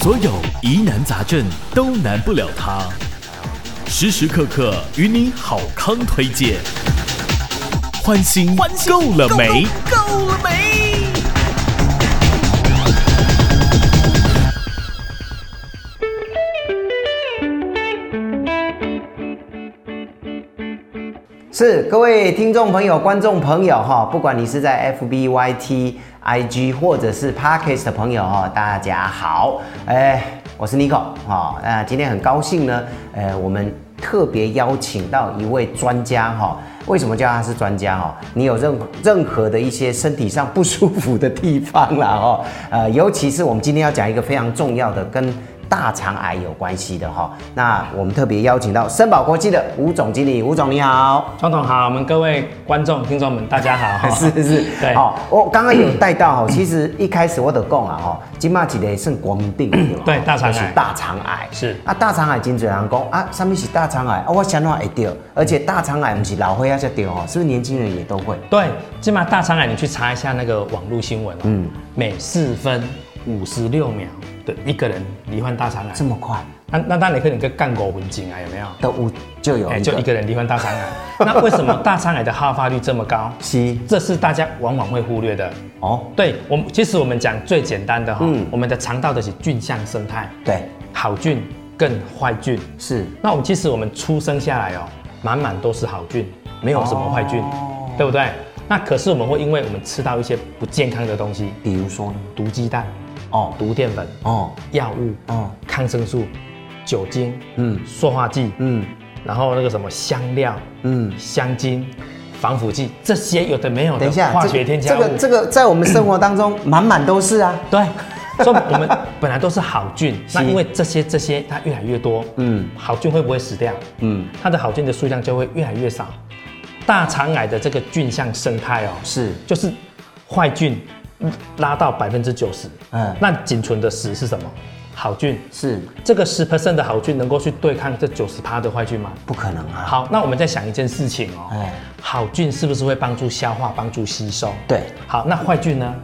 所有疑难杂症都难不了他，时时刻刻与你好康推荐。欢欣，欢欣够了没？够了没？是各位听众朋友、观众朋友哈，不管你是在 FB、YT、IG 或者是 Podcast 的朋友哈，大家好，哎，我是 Nico 哈，那今天很高兴呢，呃，我们特别邀请到一位专家哈。为什么叫他是专家哈？你有任任何的一些身体上不舒服的地方啦哈，呃，尤其是我们今天要讲一个非常重要的跟大肠癌有关系的哈。那我们特别邀请到森宝国际的吴总经理，吴总你好。总统好，我们各位观众、听众们，大家好哈。 是是，对好、我刚刚有带到哈，其实一开始我都讲啊哈，今嘛一个算国民病对吧嗯对大肠癌就是大肠癌是啊，大肠癌真侪人讲啊，什么是大肠癌啊？我想哪会得，而且大肠癌不是老岁仔才得哦，是不是年轻人也都会？对，今嘛大肠癌，你去查一下那个网络新闻哦。嗯每四分五十六秒的一个人罹患大肠癌这。么哦快那那当然可能跟干狗文颈癌啊有没有？都有就有一哎，个，就一个人罹患大肠 癌。那为什么大肠癌的好发率这么高？是这是大家往往会忽略的。哦，对我们，其实我们讲最简单的哈、嗯我们的肠道的是菌相生态，对，好菌跟坏菌。是那我们其实我们出生下来哦，满满都是好菌，没有什么坏菌，哦对不对？那可是我们会因为我们吃到一些不健康的东西，比如说呢，毒鸡蛋、哦毒淀粉、哦药物、哦，抗生素、酒精、嗯塑化剂，嗯然后那个什么香料、嗯，香精、防腐剂，这些有的没有等的一下，化这学添加这个物，这个在我们生活当中满满都是啊， 对。所以我们本来都是好菌，那是因为这些这些它越来越多，嗯嗯，好菌会不会死掉？嗯，它的好菌的数量就会越来越少。大肠癌的这个菌相生态哦，是就是坏菌嗯拉到百分之九十，嗯嗯，那仅存的十是什么？好菌。是这个十 percent 的好菌能够去对抗这九十趴的坏菌吗？不可能啊，好，那我们再想一件事情哦，哎好菌是不是会帮助消化、帮助吸收？对，好，那坏菌呢？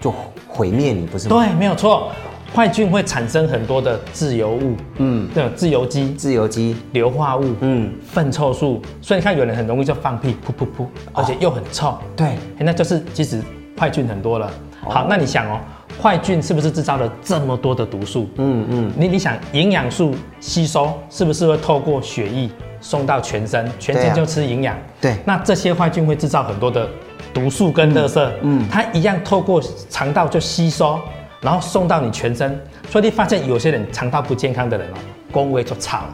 就毁灭你不是吗？对，没有错，坏菌会产生很多的自由物，嗯，这种自由基、自由基，硫化物，嗯嗯，粪臭素，所以你看有人很容易就放屁，噗噗噗，而且又很臭，对哎那就是其实坏菌很多了。好，那你想哦，坏菌是不是制造了这么多的毒素？嗯嗯，你你想营养素吸收是不是会透过血液送到全身，全对身啊就吃营养？对那这些坏菌会制造很多的毒素跟垃圾，嗯，它一样透过肠道就吸收，然后送到你全身，所以你发现有些人肠道不健康的人哦，恭维就吵。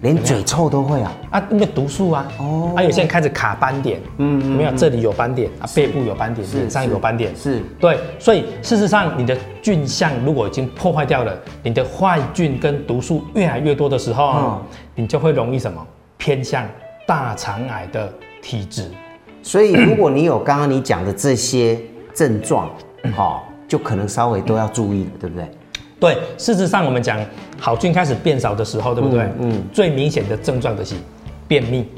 连嘴臭都会啊，啊，那个毒素啊，哦哦，啊，有些人开始卡斑点，嗯，有没有？这里有斑点啊，背部有斑点，是脸上有斑点，是是对，所以事实上，你的菌相如果已经破坏掉了，你的坏菌跟毒素越来越多的时候，嗯你就会容易什么偏向大肠癌的体质。所以如果你有刚刚你讲的这些症状，嗯哦，就可能稍微都要注意了，对不对？对，事实上我们讲好菌开始变少的时候，对不对？嗯嗯，嗯最明显的症状就是便秘。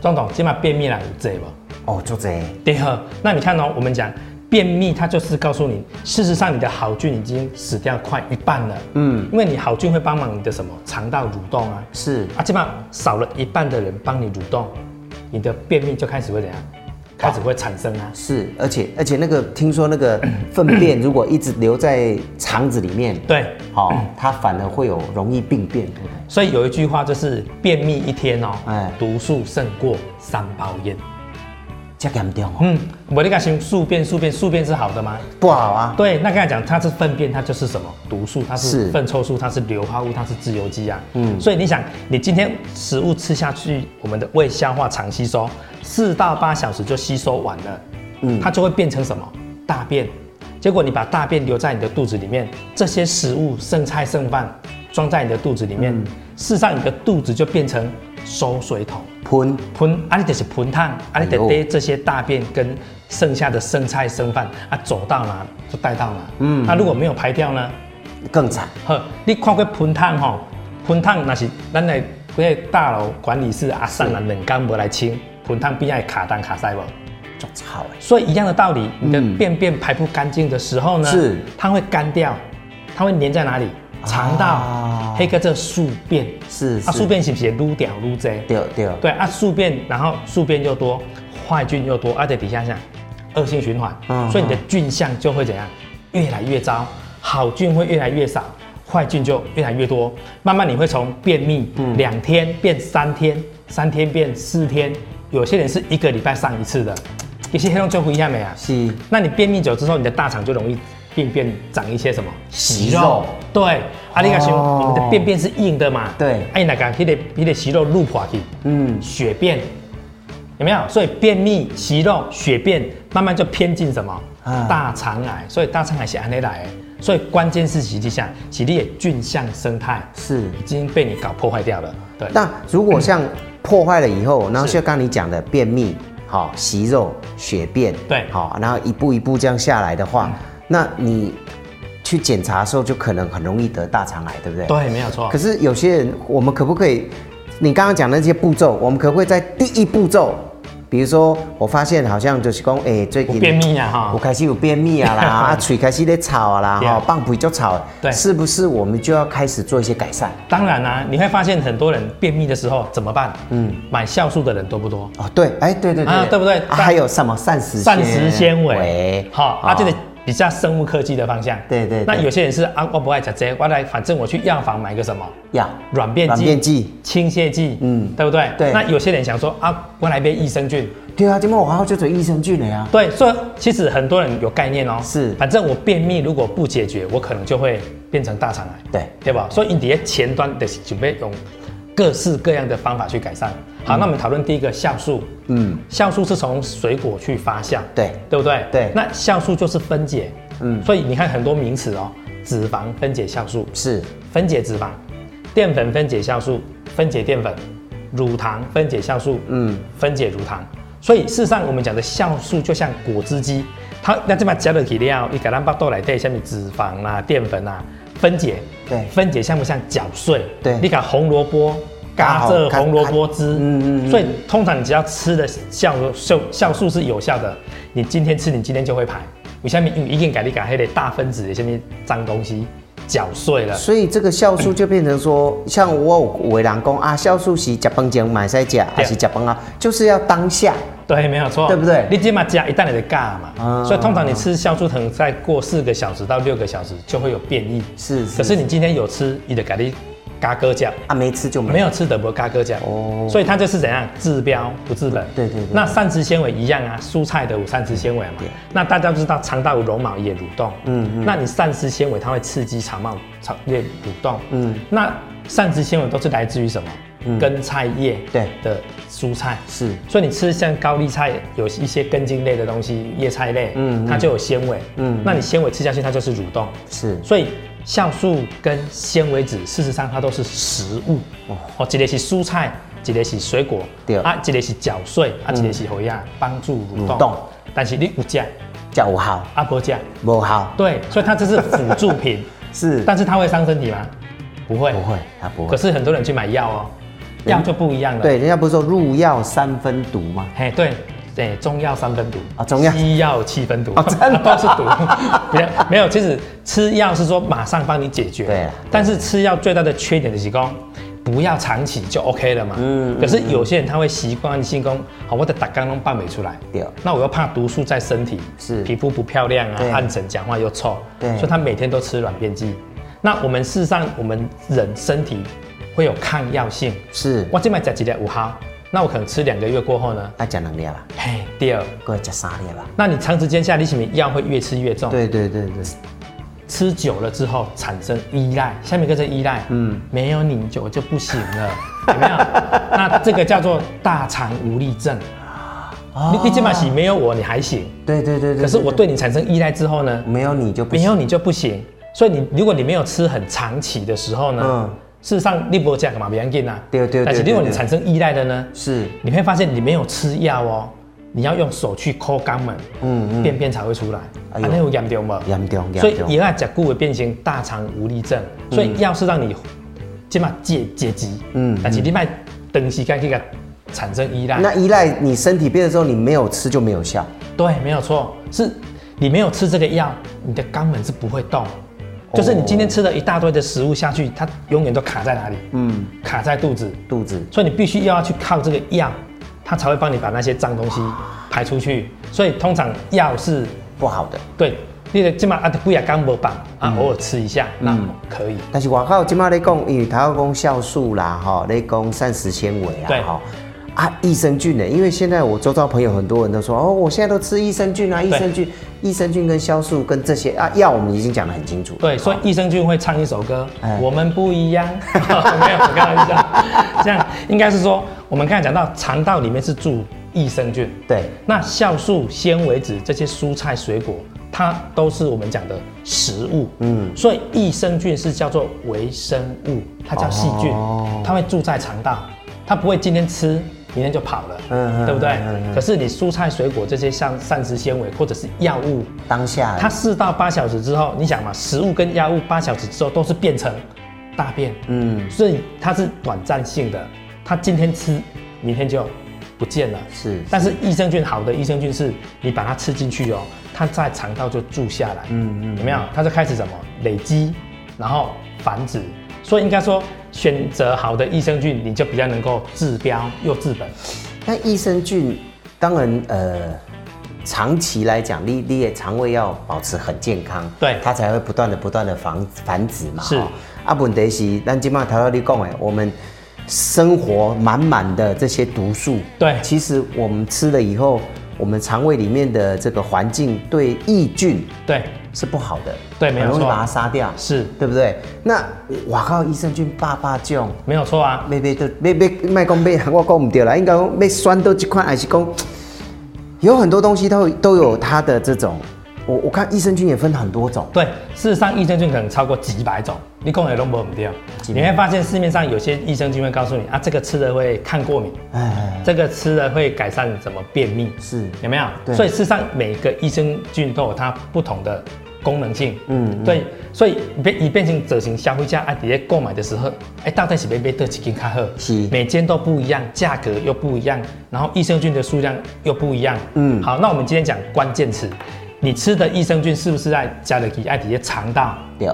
庄总，今晚便秘啦有这吧？哦，就这样，对呵，那你看哦，我们讲便秘，它就是告诉你，事实上你的好菌已经死掉快一半了。嗯，因为你好菌会帮忙你的什么肠道蠕动啊，是啊，基本上少了一半的人帮你蠕动，你的便秘就开始会怎样？开始会产生啊。是，而且而且那个听说那 个粪便如果一直留在肠子里面，对，嗯好、它反而会有容易病变，对不对？所以有一句话就是便秘一天哦，哎毒素胜过三包烟。这么严重哦，嗯，我那个行宿便宿便宿便是好的吗？不好啊，对，那刚才讲它是粪便，它就是什么毒素，它是是粪臭素，它是硫化物，它是自由基啊。嗯，所以你想，你今天食物吃下去，我们的胃消化肠吸收，四到八小时就吸收完了，嗯，它就会变成什么大便。结果你把大便留在你的肚子里面，这些食物剩菜剩饭装在你的肚子里面，事实上你的肚子就变成收水桶。喷喷，啊，你就是喷烫，啊，你得哎呦带这些大便跟剩下的剩菜剩饭啊，走到哪就带到哪。嗯，那、如果没有排掉呢？更惨，呵，你看过喷烫吼，喷烫那是咱的那个大楼管理室阿上啊，冷干无来清，喷烫边爱卡单卡塞无。就操哎，所以一样的道理，你的便便排不干净的时候呢，嗯是它会干掉，它会粘在哪里？肠啊道，黑个这宿便是啊，是宿便是不是撸屌撸贼？对对对啊，宿便，然后宿便又多，坏菌又多，而啊且底下像恶性循环，嗯所以你的菌相就会怎样，越来越糟，好菌会越来越少，坏菌就越来越多，慢慢你会从便秘嗯两天变三天，三天变四天，有些人是一个礼拜上一次的，有些人就不一样没啊，是那你便秘久之后，你的大肠就容易病变长一些什么息肉对，啊，你看想哦我们的便便是硬的嘛？对哎、啊，那个你的你的息肉露破去，嗯血便有没有？所以便秘、息肉、血便慢慢就偏进什么、啊大肠癌，所以大肠癌是安内来的。所以关键是实际上，其你的菌相生态是。已经被你搞破坏掉了。对，那如果像破坏了以后，然后是像刚你讲的便秘、好息肉、血便，嗯对好，然后一步一步这样下来的话，那你去检查的时候就可能很容易得大肠癌，对不对？。对，没有错可。是有些人，我们可不可以？你刚刚讲的那些步骤，我们可不可以在第一步骤，比如说我发现好像就是讲，哎、最近有便秘啊哈我开始有便秘 啊啦，啊嘴开始在吵啊啦，对哈啊，棒骨就吵，对是不是我们就要开始做一些改善？当然啦、啊你会发现很多人便秘的时候怎么办？嗯，买酵素的人多不多？哦，对，哎，对对对，啊对不对啊还有什么膳食膳食纤维，好，啊，哦这个比较生物科技的方向。对对对那有些人是啊，我不爱吃这个，我来，反正我去药房买个什么呀，软便剂、软便剂清泻剂，嗯嗯，对不对？对那有些人想说啊，我来杯益生菌，对啊，今天我好像就做益生菌了呀，对，所以其实很多人有概念哦。是反正我便秘如果不解决，我可能就会变成大肠癌。对对吧？所以你的前端的准备用各式各样的方法去改善。好，那我们讨论第一个酵素。嗯，酵素是从水果去发酵，对对不对？对那酵素就是分解，嗯嗯，所以你看很多名词哦，脂肪分解酵素，是分解脂肪，淀粉分解酵素，分解淀粉，乳糖分解酵素，嗯嗯，分解乳糖。所以事实上，我们讲的酵素就像果汁机，它那这么加了几料，你给它把豆来对，下面脂肪啦、淀粉啊分解，对分解像不像搅碎？对你看红萝卜。刚好嘎这看红萝卜汁，嗯嗯嗯嗯嗯，所以通常你只要吃的酵素酵素是有效的，你今天吃，你今天就会排。为什么？因为一定给你把那个大分子的下面脏东西搅碎了，所以这个酵素就变成说，像我有为人讲啊，酵素是吃饭前买菜吃，还是吃饭啊，就是要当下对，没有错，对不对你起码加一旦你的钙嘛，啊所以通常你吃酵素藤，再过四个小时到六个小时就会有变异。是是可是你今天有吃，你的咖喱嘎哥酱。啊，没吃就没没有吃德国嘎哥酱，哦哦，所以它就是怎样治标不治本。对对对那膳食纤维一样啊，蔬菜的有膳食纤维嘛对。那大家都知道肠道有绒毛也蠕动，嗯嗯嗯嗯。那你膳食纤维它会刺激肠道肠液蠕动，嗯嗯。那膳食纤维都是来自于什么？根菜叶对的蔬菜是所以你吃像高丽菜，有一些根茎类的东西，叶菜类，嗯嗯它就有纤维，嗯嗯，那你纤维吃下去，它就是蠕动，是所以酵素跟纤维质，事实上它都是食物哦哦，一个是蔬菜，一个是水果，对嗯啊，一个是嚼碎，啊，一个是好样帮助蠕蠕动，动但是你有加，叫我好啊不加，不好对，所以它这是辅助品， 是，但是它会伤身体吗？不会，不会，它不可会。嗯是很多人去买药哦，药就不一样了，对，人家不是说入药三分毒吗？嘿，对，对，中药三分毒啊中药西药七分毒，啊真的 都是毒。没有没有，其实吃药是说马上帮你解决，对啊但是吃药最大的缺点就是讲。不要长期就 OK 了嘛。嗯嗯。可是有些人他会习惯性讲，好，我的打刚弄办不出来。对那我又怕毒素在身体，是皮肤不漂亮啊对，暗沉，讲话又臭。对所以他每天都吃软便剂。那我们事实上，我们人身体会有抗药性。是，我这边吃几粒有效，那我可能吃两个月过后呢，啊，讲能力吧，嘿，第二，各吃三粒吧。那你长时间下，你是不是药会越吃越重？，对对对对，吃久了之后产生依赖，下面跟着依赖，嗯，没有你就我就不行了， 有没有？那这个叫做大肠无力症。你你起码洗没有我你还行，对对啊对对。嗯可是我对你产生依赖之后呢，没有你就不没行。有你就不行。所以你如果你没有吃很长期的时候呢，嗯事实上你不这样嘛，别要紧啊。对对对但是对如果你对产生依赖了呢，是你会发现你没有吃药哦，你要用手去抠肛门，嗯嗯嗯便便才会出来。哎啊，呦那有严重吗？严重嗯所以严重以后甲固会变成大肠无力症，所以药是让你起码戒戒急，嗯嗯，但是你卖长时间去给它产生依赖，那依赖你身体变的时候，你没有吃就没有效。对，没有错，是你没有吃这个药，你的肛门是不会动。哦就是你今天吃了一大堆的食物下去，它永远都卡在哪里？嗯，卡在肚子。肚子所以你必须要去靠这个药，它才会帮你把那些脏东西排出去。所以通常药是不好的。对，你的起码啊，不要干没棒啊，偶尔吃一下，那可以。但是外口即马咧讲，因为台湾讲酵素啦，吼，咧讲膳食纤维对啊，吼。啊，益生菌呢？因为现在我周遭朋友很多人都说，哦，我现在都吃益生菌啊，益生菌、益生菌跟酵素跟这些啊药，我们已经讲得很清楚了。对，所以好益生菌会唱一首歌哎，我们不一样。 没有，开玩笑。 这样应该是说，我们刚才讲到肠道里面是住益生菌，对，那酵素、纤维质这些蔬菜水果，它都是我们讲的食物。嗯，所以益生菌是叫做微生物，它叫细菌，哦它会住在肠道，它不会今天吃。明天就跑了，嗯嗯对不对？嗯嗯嗯可是你蔬菜水果这些像膳食纤维或者是药物，当下它四到八小时之后，你想嘛，食物跟药物八小时之后都是变成大便，嗯所以它是短暂性的，它今天吃，明天就不见了。是但是益生菌好的益生菌是你把它吃进去哦，它在肠道就住下来，嗯嗯，有没有？它就开始什么累积，然后繁殖，所以应该说选择好的益生菌，你就比较能够治标又治本。那益生菌，当然呃，长期来讲，你你的肠胃要保持很健康，对它才会不断的不断的繁繁殖嘛。是哦啊，问题是咱今嘛头到你讲的，我们生活满满的这些毒素，对其实我们吃了以后，我们肠胃里面的这个环境对益菌对，是不好的，对没有很容易错把它杀掉，是对不对？那哇靠，益生菌爸爸囧。没有错啊。要要都要要卖讲要，我讲唔对啦，应该讲要选到这款，还是讲有很多东西都有都有它的这种，我我看益生菌也分很多种，对，事实上益生菌可能超过几百种，你讲也弄不掉。啊你会发现市面上有些益生菌会告诉你啊，这个吃了会抗过敏，哎，这个吃了会改善怎么便秘，是有没对有？所以事实上每个益生菌都有它不同的功能性。嗯，对，所以变以变成者型消费者啊，底下购买的时候，哎，到底是要买多几斤卡好？是每间都不一样，价格又不一样，然后益生菌的数量又不一样。嗯，好，那我们今天讲关键词，你吃的益生菌是不是在加勒基爱底下肠道？对，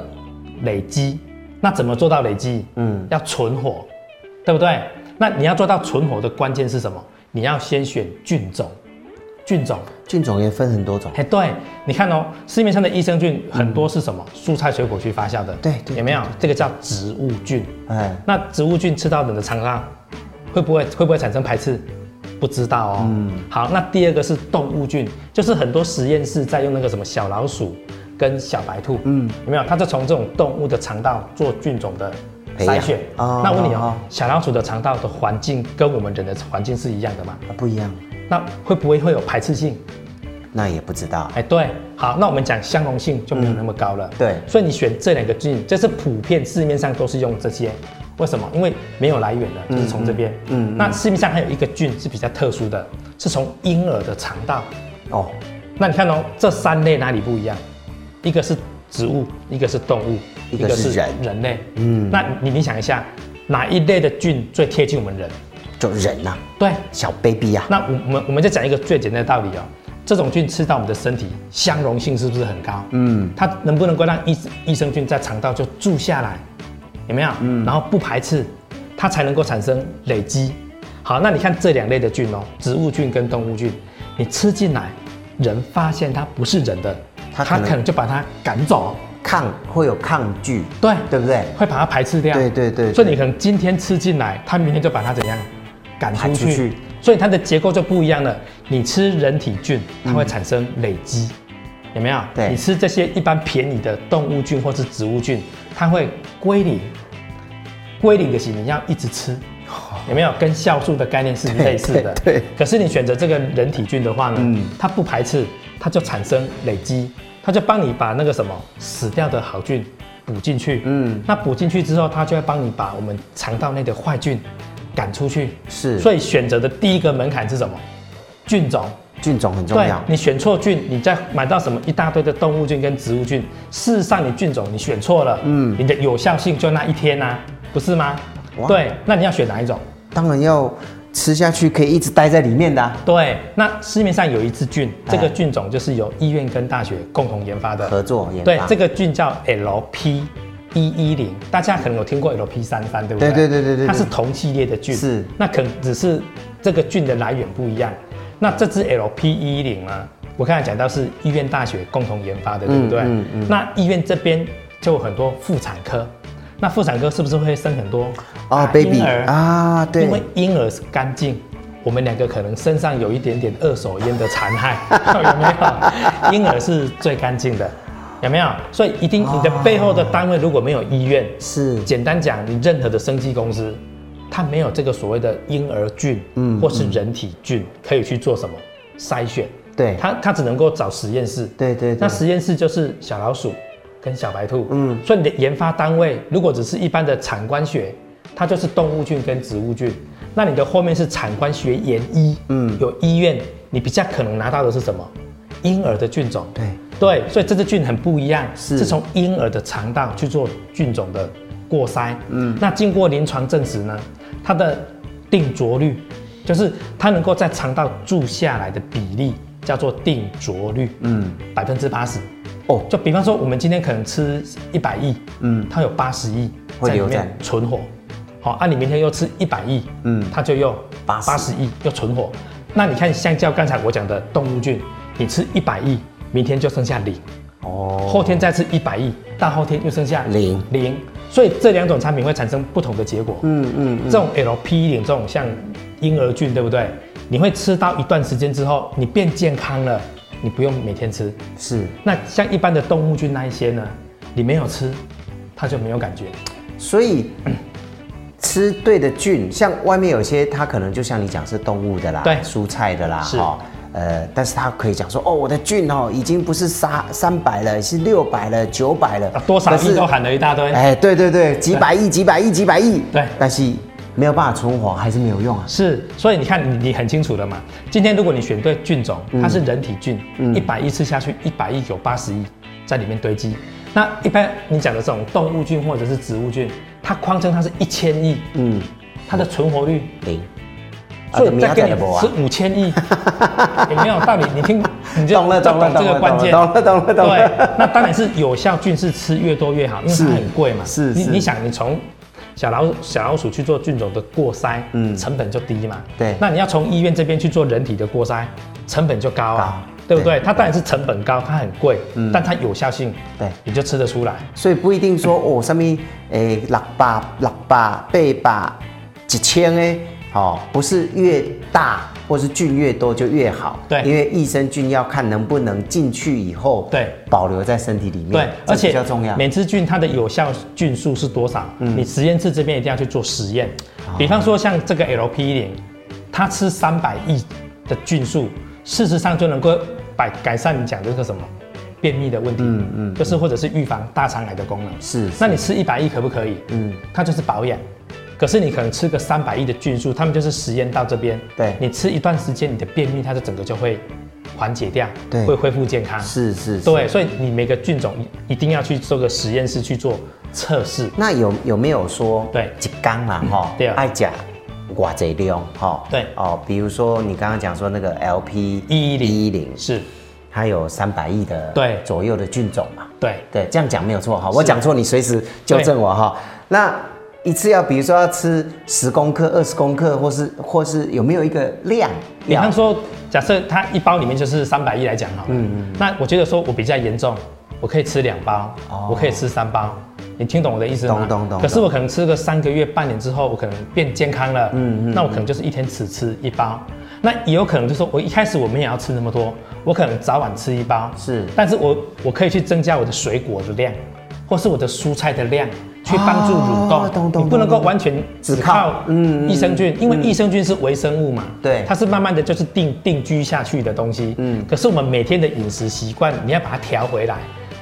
累积。那怎么做到累积？嗯嗯，要存活，对不对？那你要做到存活的关键是什么？你要先选菌种，菌种。菌种也分很多种，哎，对，你看哦，市面上的益生菌很多是什么？蔬菜水果去发酵的，嗯对对有没有？这个叫植物菌。哎，那植物菌吃到人的肠道，会不会会不会产生排斥？不知道哦。嗯。好，那第二个是动物菌，就是很多实验室在用那个什么小老鼠跟小白兔，嗯，有没有？它就从这种动物的肠道做菌种的培养筛选。哦那我问你哦哦，小老鼠的肠道的环境跟我们人的环境是一样的吗？啊不一样，那会不会会有排斥性？那也不知道，哎，对，好，那我们讲相容性就没有那么高了。对所以你选这两个菌，这是普遍市面上都是用这些。为什么？因为没有来源的，就是从这边。嗯，那市面上还有一个菌是比较特殊的，是从婴儿的肠道。哦，那你看哦，这三类哪里不一样？一个是植物，一个是动物，一个是人人类。嗯，那你你想一下，哪一类的菌最贴近我们人？就人呐、对，小 baby 呀、啊，那我我们我们就讲一个最简单的道理哦，这种菌吃到我们的身体，相容性是不是很高？嗯，它能不能够让益益生菌在肠道就住下来，有没有？嗯，然后不排斥，它才能够产生累积。好，那你看这两类的菌哦，植物菌跟动物菌，你吃进来，人发现它不是人的，它它可能可能就把它赶走，抗会有抗拒，对对不对？会把它排斥掉。对对对对所以你可能今天吃进来，它明天就把它怎样赶排出出去。去所以它的结构就不一样了。你吃人体菌，它会产生累积，有没有？嗯对你吃这些一般便宜的动物菌或是植物菌，它会归零。归零的型你要一直吃，有没有？跟酵素的概念是类似的。哦对对可是你选择这个人体菌的话呢，嗯它不排斥，它就产生累积，它就帮你把那个什么死掉的好菌补进去。嗯，那补进去之后，它就会帮你把我们肠道内的坏菌赶出去。是所以选择的第一个门槛是什么？菌种。菌种很重对要，你选错菌，你再买到什么一大堆的动物菌跟植物菌，事实上你菌种你选错了，嗯，你的啊有效性就那一天呐、不是吗哇？对，那你要选哪一种？当然要吃下去可以一直待在里面的啊、对，那市面上有一支菌，这个菌种就是由医院跟大学共同研发的合作研发对，这个菌叫 LP 一一零，大家可能有听过 LP 三三，对不对？对对对对对对它是同系列的菌。是那可能只是这个菌的来源不一样。那这支 LP 一一零呢？我刚才讲到是医院大学共同研发的，对不对？嗯嗯那医院这边就有很多妇产科，那妇产科是不是会生很多哦啊，baby 婴儿啊，对因，为婴儿是干净，我们两个可能身上有一点点二手烟的残害， 有没有？婴儿是最干净的，有没有？所以一定你的背后的单位如果没有医院，是简单讲，你任何的生技公司，它没有这个所谓的婴儿菌，嗯，或是人体菌可以去做什么筛选，嗯对它它只能够找实验室，对对对那实验室就是小老鼠跟小白兔，嗯嗯，所以你的研发单位如果只是一般的产官学，它就是动物菌跟植物菌，那你的后面是产官学研医，嗯嗯，有医院，你比较可能拿到的是什么？婴儿的菌种，对对，所以这支菌很不一样，是是从婴儿的肠道去做菌种的过筛，嗯，那经过临床证实呢，它的定着率，就是它能够在肠道住下来的比例叫做定着率，嗯，百分之八十。哦就比方说，我们今天可能吃一百亿，嗯嗯，它有八十亿会在里留在面存活。好，啊，你明天又吃一百亿，嗯嗯，它就又80八十亿又存活。那你看，相较刚才我讲的动物菌，你吃一百亿，明天就剩下零，哦，后天再吃一百亿，大后天又剩下零零，所以这两种产品会产生不同的结果。嗯嗯，这种 LP 一零这种像婴儿菌，对不对？你会吃到一段时间之后，你变健康了，你不用每天吃。是，那像一般的动物菌那一些呢，你没有吃，它就没有感觉。所以。吃对的菌，像外面有些它可能就像你讲是动物的啦，对蔬菜的啦，是哈呃，但是它可以讲说，哦，我的菌哦，已经不是三三百了，是六百了，九百了啊，，多少可是亿都喊了一大堆。哎，对对对，几百亿、几百亿、几百亿，对但是没有办法存活，还是没有用啊。是，所以你看你你很清楚的嘛。今天如果你选对菌种，它是人体菌，一百亿吃下去，一百亿有八十亿在里面堆积。那一般你讲的这种动物菌或者是植物菌，它框称它是一千亿，嗯，它的存活率，零。所以我再跟你啊就没有吃五千 亿，有没有道理？你听，你就懂了就懂了这个关键，懂了懂了懂了对，那当然是有效菌是吃越多越好，因为是它很贵嘛。是你是你想，你从小老鼠小老鼠去做菌种的过筛，嗯嗯，成本就低嘛。对那你要从医院这边去做人体的过筛，成本就高啊，高对不对对？嗯它当然是成本高，它很贵，但它有效性，对你就吃得出来。所以不一定说哦，什么诶六百、六百、八百、几千诶，哦，不是越大或是菌越多就越好。对因为益生菌要看能不能进去以后，对保留在身体里面，对，这而且比较重要。嗯每只菌它的有效菌数是多少？你实验室这边一定要去做实验。啊比方说像这个 LP 一零，它吃三百亿的菌数，事实上就能够改改善你讲这个什么便秘的问题，嗯嗯，就是或者是预防大肠癌的功能。是是那你吃一百亿可不可以？嗯，它就是保养。可是你可能吃个三百亿的菌数，他们就是实验到这边，对你吃一段时间，你的便秘它就整个就会缓解掉，对会恢复健康。是是是。对，所以你每个菌种一一定要去做个实验室去做测试。那有有没有说，对一缸啦哈对，啊爱甲寡贼量哈，对哦，比如说你刚刚讲说那个 LP 110一零，是，它有三百亿的对左右的菌种嘛，对，对，这样讲没有错哈，我讲错你随时纠正我哈。那一次要比如说要吃十公克、二十公克，或是或是有没有一个量？比方说，假设它一包里面就是三百亿来讲好了，嗯那我觉得说我比较严重，我可以吃两包，哦我可以吃三包。你听懂我的意思吗？懂懂懂可是我可能吃个三个月、半年之后，我可能变健康了，嗯那我可能就是一天只吃一包。那也有可能就是说我一开始我们也要吃那么多，我可能早晚吃一包，是但是我我可以去增加我的水果的量，或是我的蔬菜的量，去帮助哦蠕动。懂懂你不能够懂懂完全只只靠嗯靠益生菌，因为益生菌是微生物嘛，对它是慢慢的就是定定居下去的东西。嗯，可是我们每天的饮食习惯，你要把它调回来，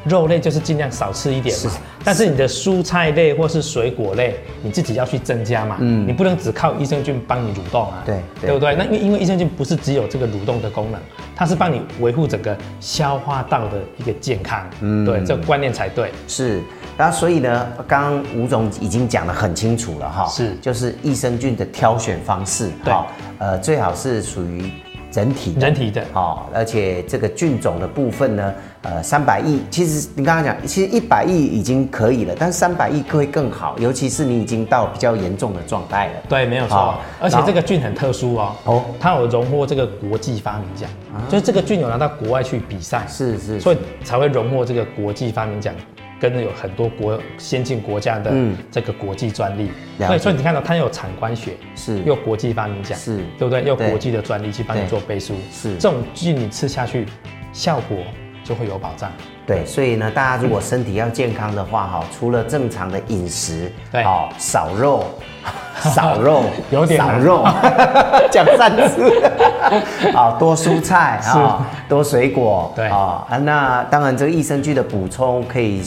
肉类就是尽量少吃一点嘛是。但是你的蔬菜类或是水果类，你自己要去增加嘛。嗯，你不能只靠益生菌帮你蠕动啊。对对对不对？那因为因为益生菌不是只有这个蠕动的功能，它是帮你维护整个消化道的一个健康。嗯，对，这个观念才对。是，那所以呢，刚刚吴总已经讲得很清楚了哈，是就是益生菌的挑选方式，对哈，呃，最好是属于人体的人体的哦，而且这个菌种的部分呢，呃，三百亿，其实你刚刚讲，其实一百亿已经可以了，但三百亿会更好，尤其是你已经到比较严重的状态了，对，没有错好。而且然后这个菌很特殊哦，哦啊它有荣获这个国际发明奖，就是这个菌有拿到国外去比赛，是是所以才会荣获这个国际发明奖。跟有很多国先进国家的嗯这个国际专利，了解对，所以你看到它有产官学，是又国际发明奖，是对不对？又对国际的专利去帮你对做背书，是这种菌你吃下去，效果就会有保障。对，所以呢，大家如果身体要健康的话，哈，除了正常的饮食，对好少肉， 少肉， 有点少难肉， 讲三次， 好多蔬菜啊，多水果，对啊，啊那当然这个益生菌的补充可以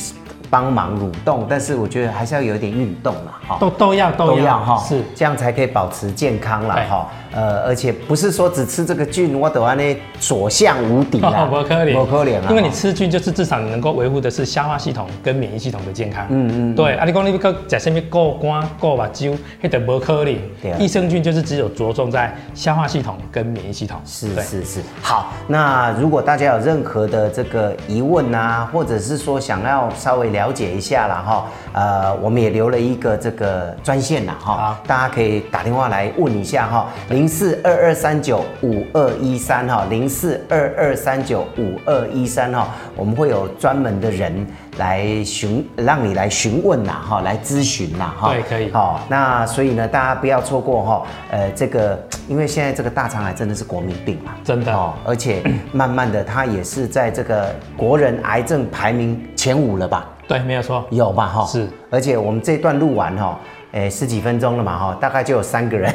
帮忙蠕动，但是我觉得还是要有点运动啦，哈都都要哦都要哈，是这样才可以保持健康啦对，哈。呃，而且不是说只吃这个菌，我都安呢所向无敌啦 哦不可能，不可能啊，因为你哈吃菌就是至少你能够维护的是消化系统跟免疫系统的健康。嗯嗯，对。啊，你讲你个吃什么过肝、过目睭，那就不可能对啊。益生菌就是只有着重在消化系统跟免疫系统。是对是是，好。那如果大家有任何的这个疑问啊，或者是说想要稍微了解一下啦哈，呃，我们也留了一个这个专线啦哈好，大家可以打电话来问一下哈，零四二二三九五二一三哈，零四二二三九五二一三哈，我们会有专门的人来询，让你来询问啦哈，来咨询啦哈，对可以好、哦那所以呢，大家不要错过哈、呃，这个因为现在这个大肠癌真的是国民病嘛，哦真的，而且慢慢的它也是在这个国人癌症排名前五了吧？对，没有错。有吧哈、是，而且我们这段录完哈、诶，十几分钟了嘛哈、大概就有三个人，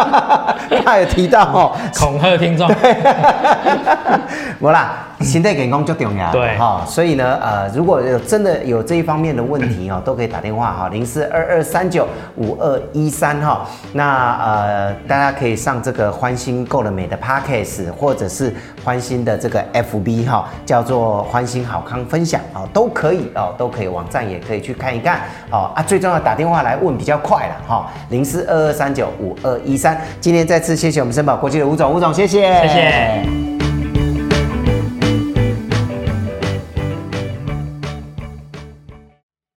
他有提到哈、恐吓听众，无啦，身体健康最重要。对哈、所以呢，呃，如果有真的有这一方面的问题哦，都可以打电话哈，零四二二三九五二一三哈。那呃，大家可以上这个欢欣购了美的 Podcast，或者是欢欣的这个 FB 哈、叫做欢欣好康分享哦，都可以哦，都可以，网站也可以去看一看哦啊。最重要打电话来问比较快了哈，零四二二三九五二一三。今天再次谢谢我们森宝国际的吴总，吴总谢谢，谢谢。